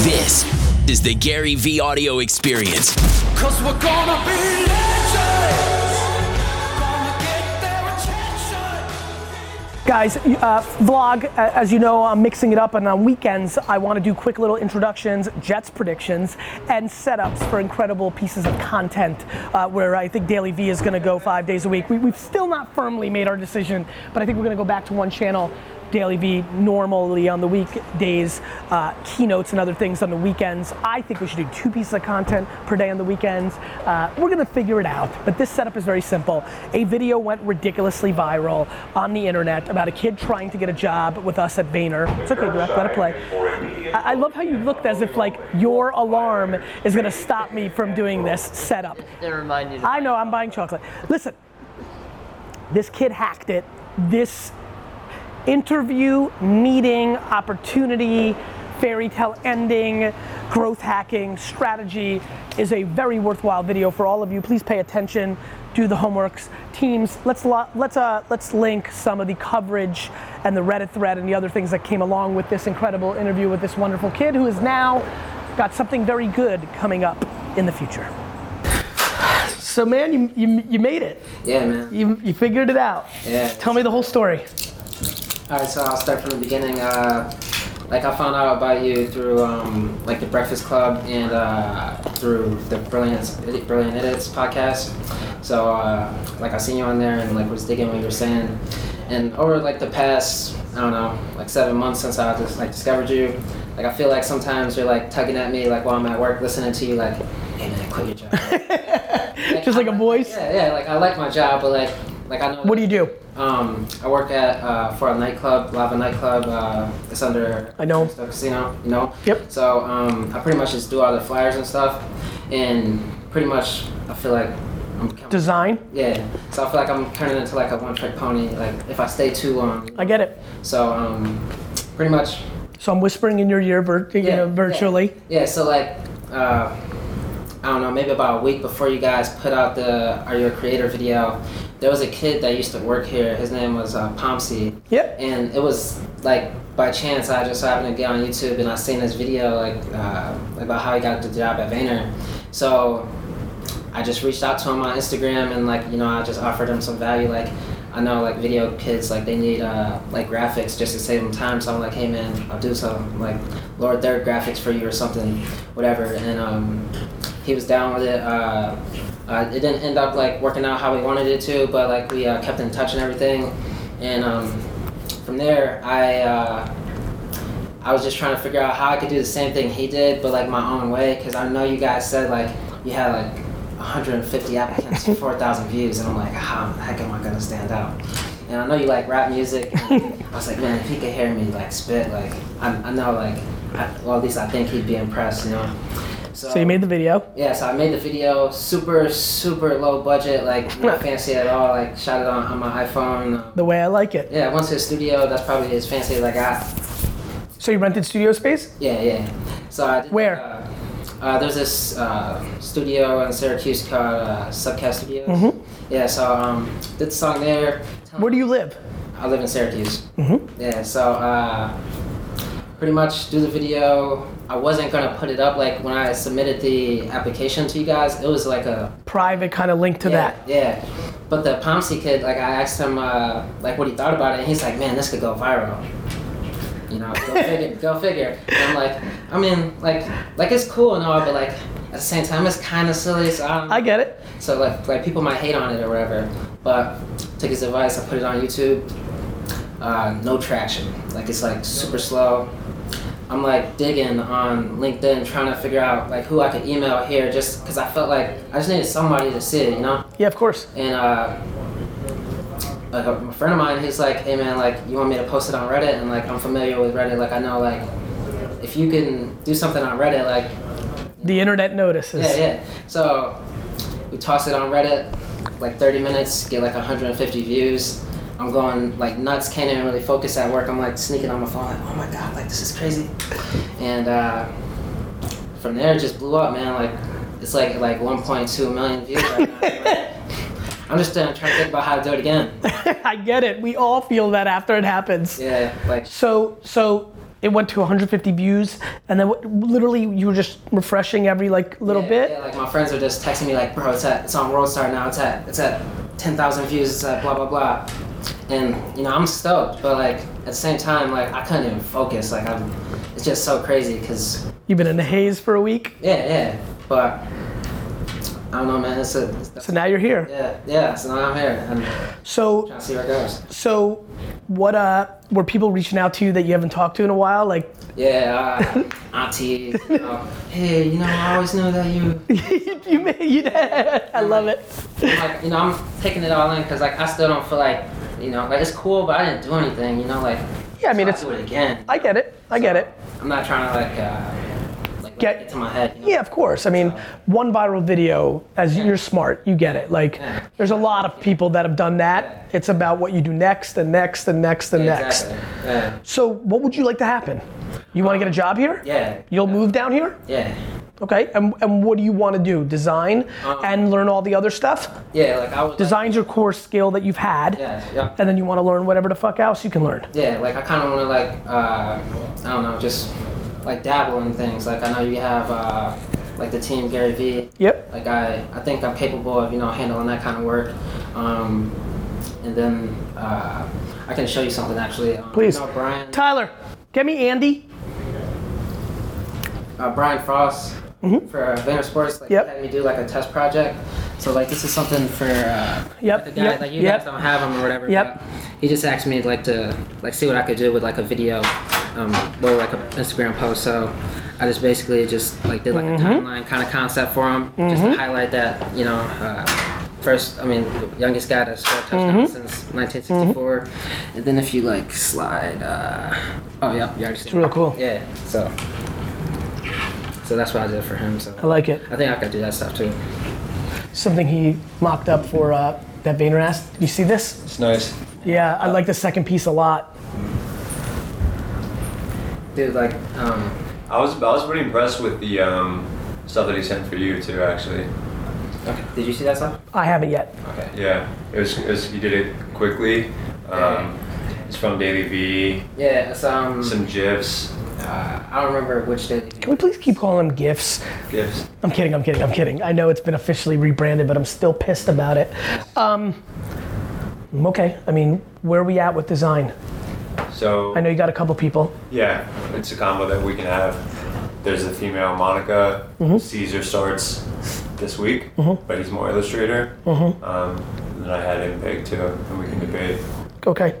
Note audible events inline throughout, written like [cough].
This is the Gary V audio experience. Cause we're gonna be legends. Gonna get their attention. Guys, uh, vlog, a- as you know, I'm mixing it up, and on weekends, I want to do quick little introductions, Jets predictions, and setups for incredible pieces of content uh, where I think Daily V is going to go five days a week. We, we've still not firmly made our decision, but I think we're going to go back to one channel. Daily V normally on the weekdays, uh, keynotes and other things on the weekends. I think we should do two pieces of content per day on the weekends. Uh, we're gonna figure it out, but this setup is very simple. A video went ridiculously viral on the internet about a kid trying to get a job with us at Vayner. It's okay, Direct, let it play. I I love how you looked as if like your alarm is gonna stop me from doing this setup. They remind you. To I know, I'm buying chocolate. Listen, this kid hacked it. This interview, meeting, opportunity, fairy tale ending, growth hacking, strategy is a very worthwhile video for all of you. Please pay attention, do the homeworks. Teams, let's lo- let's uh, let's link some of the coverage and the Reddit thread and the other things that came along with this incredible interview with this wonderful kid who is now got something very good coming up in the future. So man, you, you, you made it. Yeah, man. You, you figured it out. Yeah. Tell me the whole story. All right, so I'll start from the beginning. Uh, like I found out about you through um, like the Breakfast Club and uh, through the Brilliant Brilliant Edits podcast. So uh, like I seen you on there and like was digging what you were saying. And over like the past I don't know like seven months since I just like discovered you, like I feel like sometimes you're like tugging at me like while I'm at work listening to you like, hey man, [laughs] quit your job. Just like a voice? Yeah, yeah. Like I like my job, but like like I know. What do you do? Um, I work at uh, for a nightclub, Lava nightclub. Uh, it's under I know. Crystal Casino. You know. Yep. So um, I pretty much just do all the flyers and stuff, and pretty much I feel like I'm becoming. Design. yeah. So I feel like I'm turning into like a one-trick pony. Like if I stay too long. I get it. So um, pretty much. So I'm whispering in your ear vir- you know, virtually. Yeah. So like. Uh, I don't know, maybe about a week before you guys put out the Are You a Creator video, there was a kid that used to work here. His name was uh, Pomsey. Yep. and it was like by chance I just happened to get on YouTube and I seen this video like uh, about how he got the job at Vayner. So I just reached out to him on Instagram and like you know I just offered him some value like. I know like video kids like they need uh, like graphics just to save them time. So I'm like, hey man, I'll do some like Lord there are graphics for you or something, whatever. And um, he was down with it. Uh, uh, it didn't end up like working out how we wanted it to, but like we uh, kept in touch and everything. And um, from there, I uh, I was just trying to figure out how I could do the same thing he did, but like my own way, because I know you guys said like you had like 150 applicants, 4,000 views, and I'm like, how the heck am I gonna stand out? And I know you like rap music. And I was like, man, if he could hear me like spit, like I, I know like, I, well at least I think he'd be impressed, you know. So you made the video. Yeah, so I made the video super, super low budget, like not fancy at all. Like shot it on, on my iPhone. um, The way I like it. yeah, I went to the studio. That's probably as fancy as I got. So you rented studio space? Yeah, yeah. So I did, Where? Uh, uh, there's this uh, studio in Syracuse called uh, Subcast Studios. Yeah, so um, did the song there. Where do you live? I live in Syracuse. Mm-hmm. Yeah, so uh, pretty much do the video. I wasn't gonna put it up like when I submitted the application to you guys. It was like a Private kind of link to yeah, that. Yeah. But the Pomsey kid, like I asked him uh, like what he thought about it, and he's like, man, this could go viral. You [laughs] know, go figure. go figure. And I'm like, I mean, like, like it's cool and all, but like at the same time, it's kind of silly. So I, don't, I get it. so like, like people might hate on it or whatever. But took his advice. I put it on YouTube. Uh, no traction. Like it's like super slow. I'm like digging on LinkedIn, trying to figure out like who I could email here, just because I felt like I just needed somebody to see it, you know. Yeah, of course. And uh, like a a friend of mine, he's like, "Hey man, like you want me to post it on Reddit?" And like I'm familiar with Reddit, like I know like if you can do something on Reddit, like The internet notices. yeah, yeah. So we toss it on Reddit, like 30 minutes, get like 150 views. I'm going like nuts, can't even really focus at work. I'm like sneaking on my phone, like, oh my god, like this is crazy. And uh, from there, it just blew up, man. Like it's like like 1.2 million views right now. Like, I'm just uh, trying to think about how to do it again. [laughs] I get it. We all feel that after it happens. Yeah, like So so it went to 150 views, and then w- literally you were just refreshing every like little yeah, bit. Yeah, like my friends are just texting me like, bro, it's at it's on Worldstar now. It's at it's at ten thousand views. It's at blah blah blah. And you know I'm stoked, but like at the same time, like I couldn't even focus. Like I'm, it's just so crazy because You've been in the haze for a week, yeah yeah. But I don't know, man. It's a it's so now you're here. yeah yeah. So now I'm here and So I'll see where it goes. so, what uh were people reaching out to you that you haven't talked to in a while? Like Yeah, [laughs] uh, auntie. You know, hey, you know I always knew that you. you, [laughs] you made you. I love it. like you know I'm taking it all in because like I still don't feel like you know like it's cool but I didn't do anything you know like Yeah, I mean, so it's- I'll do it again I get it. I get it. I'm not trying to like uh like Get- get, get to my head you know? Yeah, of course. I mean, one viral video, as you're smart, you get it. Like, Yeah. there's a lot of people that have done that. It's about what you do next and next and next and Yeah, next. exactly. yeah So, what would you like to happen? You want to get a job here? yeah You'll move down here? yeah Okay. And, and what do you want to do? Design Um. and learn all the other stuff? yeah like I was Design's your core skill that you've had. yeah yeah And then you want to learn whatever the fuck else you can learn. yeah like I kind of want to like uh I don't know just like dabble in things like I know you have uh like the team Gary Vee Yep. like I, I think I'm capable of you know handling that kind of work um, and then uh, I can show you something actually um, Please. you know, Brian Tyler, get me Andy. uh, Brian Frost for uh, Vayner Sports like Mm-hmm. Yep. had me do like a test project so like this is something for uh, Yep, the guy yep, like you yep. guys don't have him or whatever Yep. but he just asked me like to like see what I could do with like a video um, or like an Instagram post so I just basically just like did like Mm-hmm. a timeline kind of concept for him just to highlight that you know uh, first, I mean, the youngest guy to score a touchdown Mm-hmm. since 1964. And then if you like slide, uh, oh yeah, you already It's real cool. Yeah, so so that's what I did for him. So I like it. I think I could do that stuff too. Something he mocked up for uh, that Vayner asked. You see this? It's nice. Yeah, I like the second piece a lot. Dude, like, um, I was I was pretty impressed with the um, stuff that he sent for you too. Actually, okay, did you see that stuff? I haven't yet. Okay. yeah, it was, it was he did it quickly. Um, it's from Daily V. Yeah, it's um, Some gifs, uh, I don't remember which did. Can we please keep calling them gifts? gifs. I'm kidding, I'm kidding, I'm kidding. I know it's been officially rebranded, but I'm still pissed about it. Um, okay, I mean, where are we at with design? So I know you got a couple people. yeah, it's a combo that we can have. There's the female Monica. Caesar starts this week, but he's more illustrator. Um, and then I had him big too, and we can debate. Okay,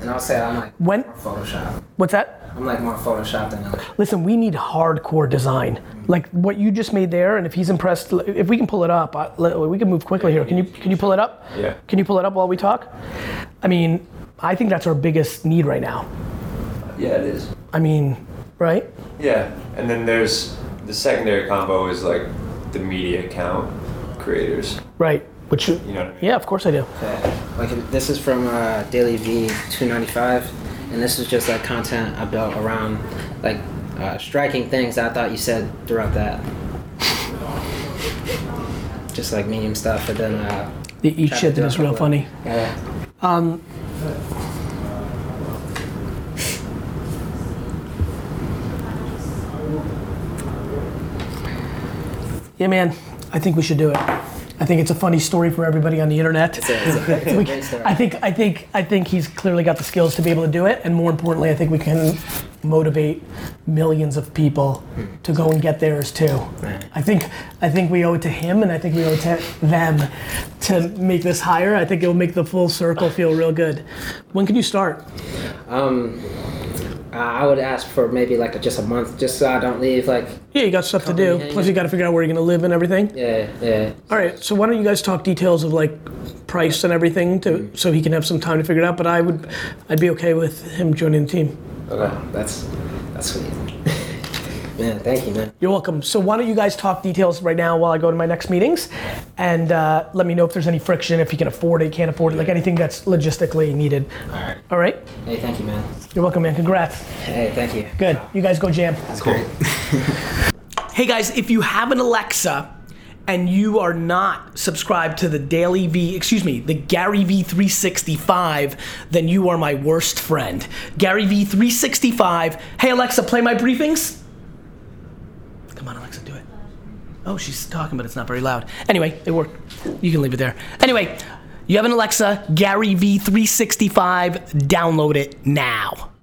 And I'll say I'm like when? more Photoshop. What's that? I'm like more Photoshop than like, Listen, we need hardcore design. Like what you just made there, and if he's impressed, if we can pull it up, I, we can move quickly here. Can you, can you pull it up? Yeah. Can you pull it up while we talk? I mean, I think that's our biggest need right now. Yeah, it is. I mean, right? Yeah, and then there's the secondary combo is like the media account creators. Right. Which, You know what I mean? yeah, of course I do. that. Like this is from uh, Daily V 295, and this is just like content I built around like uh, striking things I thought you said throughout [laughs] that. Just like meme stuff, and then uh, They eat Try to shit that do is it real that funny. way. yeah. Yeah, man, I think we should do it. I think it's a funny story for everybody on the internet. [laughs] We- I think I think I think he's clearly got the skills to be able to do it, and more importantly, I think we can motivate millions of people to go and get theirs too. I think I think we owe it to him, and I think we owe it to them to make this higher. I think it will make the full circle feel real good. When can you start? Um, I I would ask for maybe like just a month, just so I don't leave. Like, Yeah, you got stuff to do. yeah, Plus, yeah. you got to figure out where you're going to live and everything. yeah, yeah, All right, so why don't you guys talk details of like price and everything to, so he can have some time to figure it out. But I would, I'd be okay with him joining the team. okay, uh, that's that's sweet. [laughs] man, thank you, man. You're welcome. So why don't you guys talk details right now while I go to my next meetings, and uh, let me know if there's any friction, if he can afford it, can't afford it, like anything that's logistically needed. All right, All right, hey, thank you, man. you're welcome, man. Congrats. Hey, thank you. [laughs] Good. You guys go jam. That's cool. Hey guys, if you have an Alexa and you are not subscribed to the Daily V, excuse me, the Gary V365, then you are my worst friend. Gary V365, hey Alexa, play my briefings. Come on, Alexa, do it. Oh, she's talking, but it's not very loud. Anyway, it worked. You can leave it there. Anyway, you have an Alexa, Gary V365, download it now.